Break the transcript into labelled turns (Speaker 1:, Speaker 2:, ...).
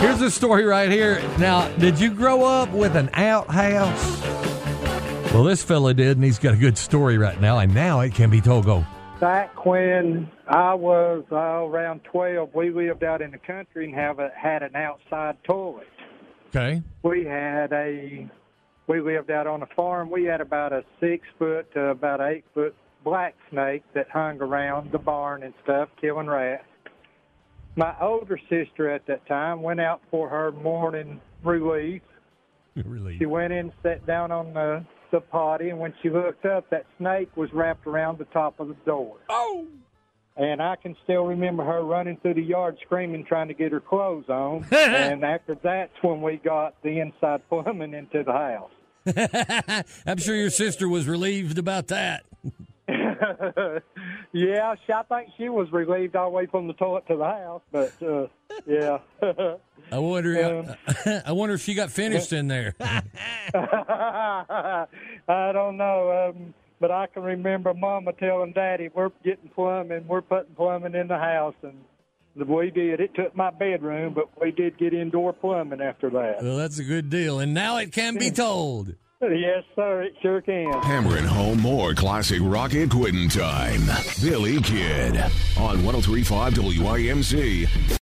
Speaker 1: Here's a story right here. Now, did you grow up with an outhouse? Well, this fella did, and he's got a good story right now, and now it can be told. Go.
Speaker 2: Back when I was uh, around 12, we lived out in the country and have a, had an outside toilet.
Speaker 1: Okay.
Speaker 2: We had a, we lived out on a farm. We had about a six foot to about eight foot black snake that hung around the barn and stuff, killing rats. My older sister at that time went out for her morning release.
Speaker 1: Really?
Speaker 2: She went in, sat down on the, the potty, and when she looked up, that snake was wrapped around the top of the door.
Speaker 1: Oh!
Speaker 2: And I can still remember her running through the yard screaming, trying to get her clothes on. and after that's when we got the inside plumbing into the house.
Speaker 3: I'm sure your sister was relieved about that.
Speaker 2: yeah, she, I think she was relieved all the way from the toilet to the house, but uh, yeah.
Speaker 3: I wonder. I wonder if she got finished in there.
Speaker 2: I don't know, um, but I can remember Mama telling Daddy, "We're getting plumbing. We're putting plumbing in the house," and we did. It took my bedroom, but we did get indoor plumbing after that.
Speaker 3: Well, that's a good deal, and now it can be told.
Speaker 2: Yes, sir. It sure can.
Speaker 4: Hammering home more classic rock and oh quitting time. Billy Kidd on 1035 WIMC.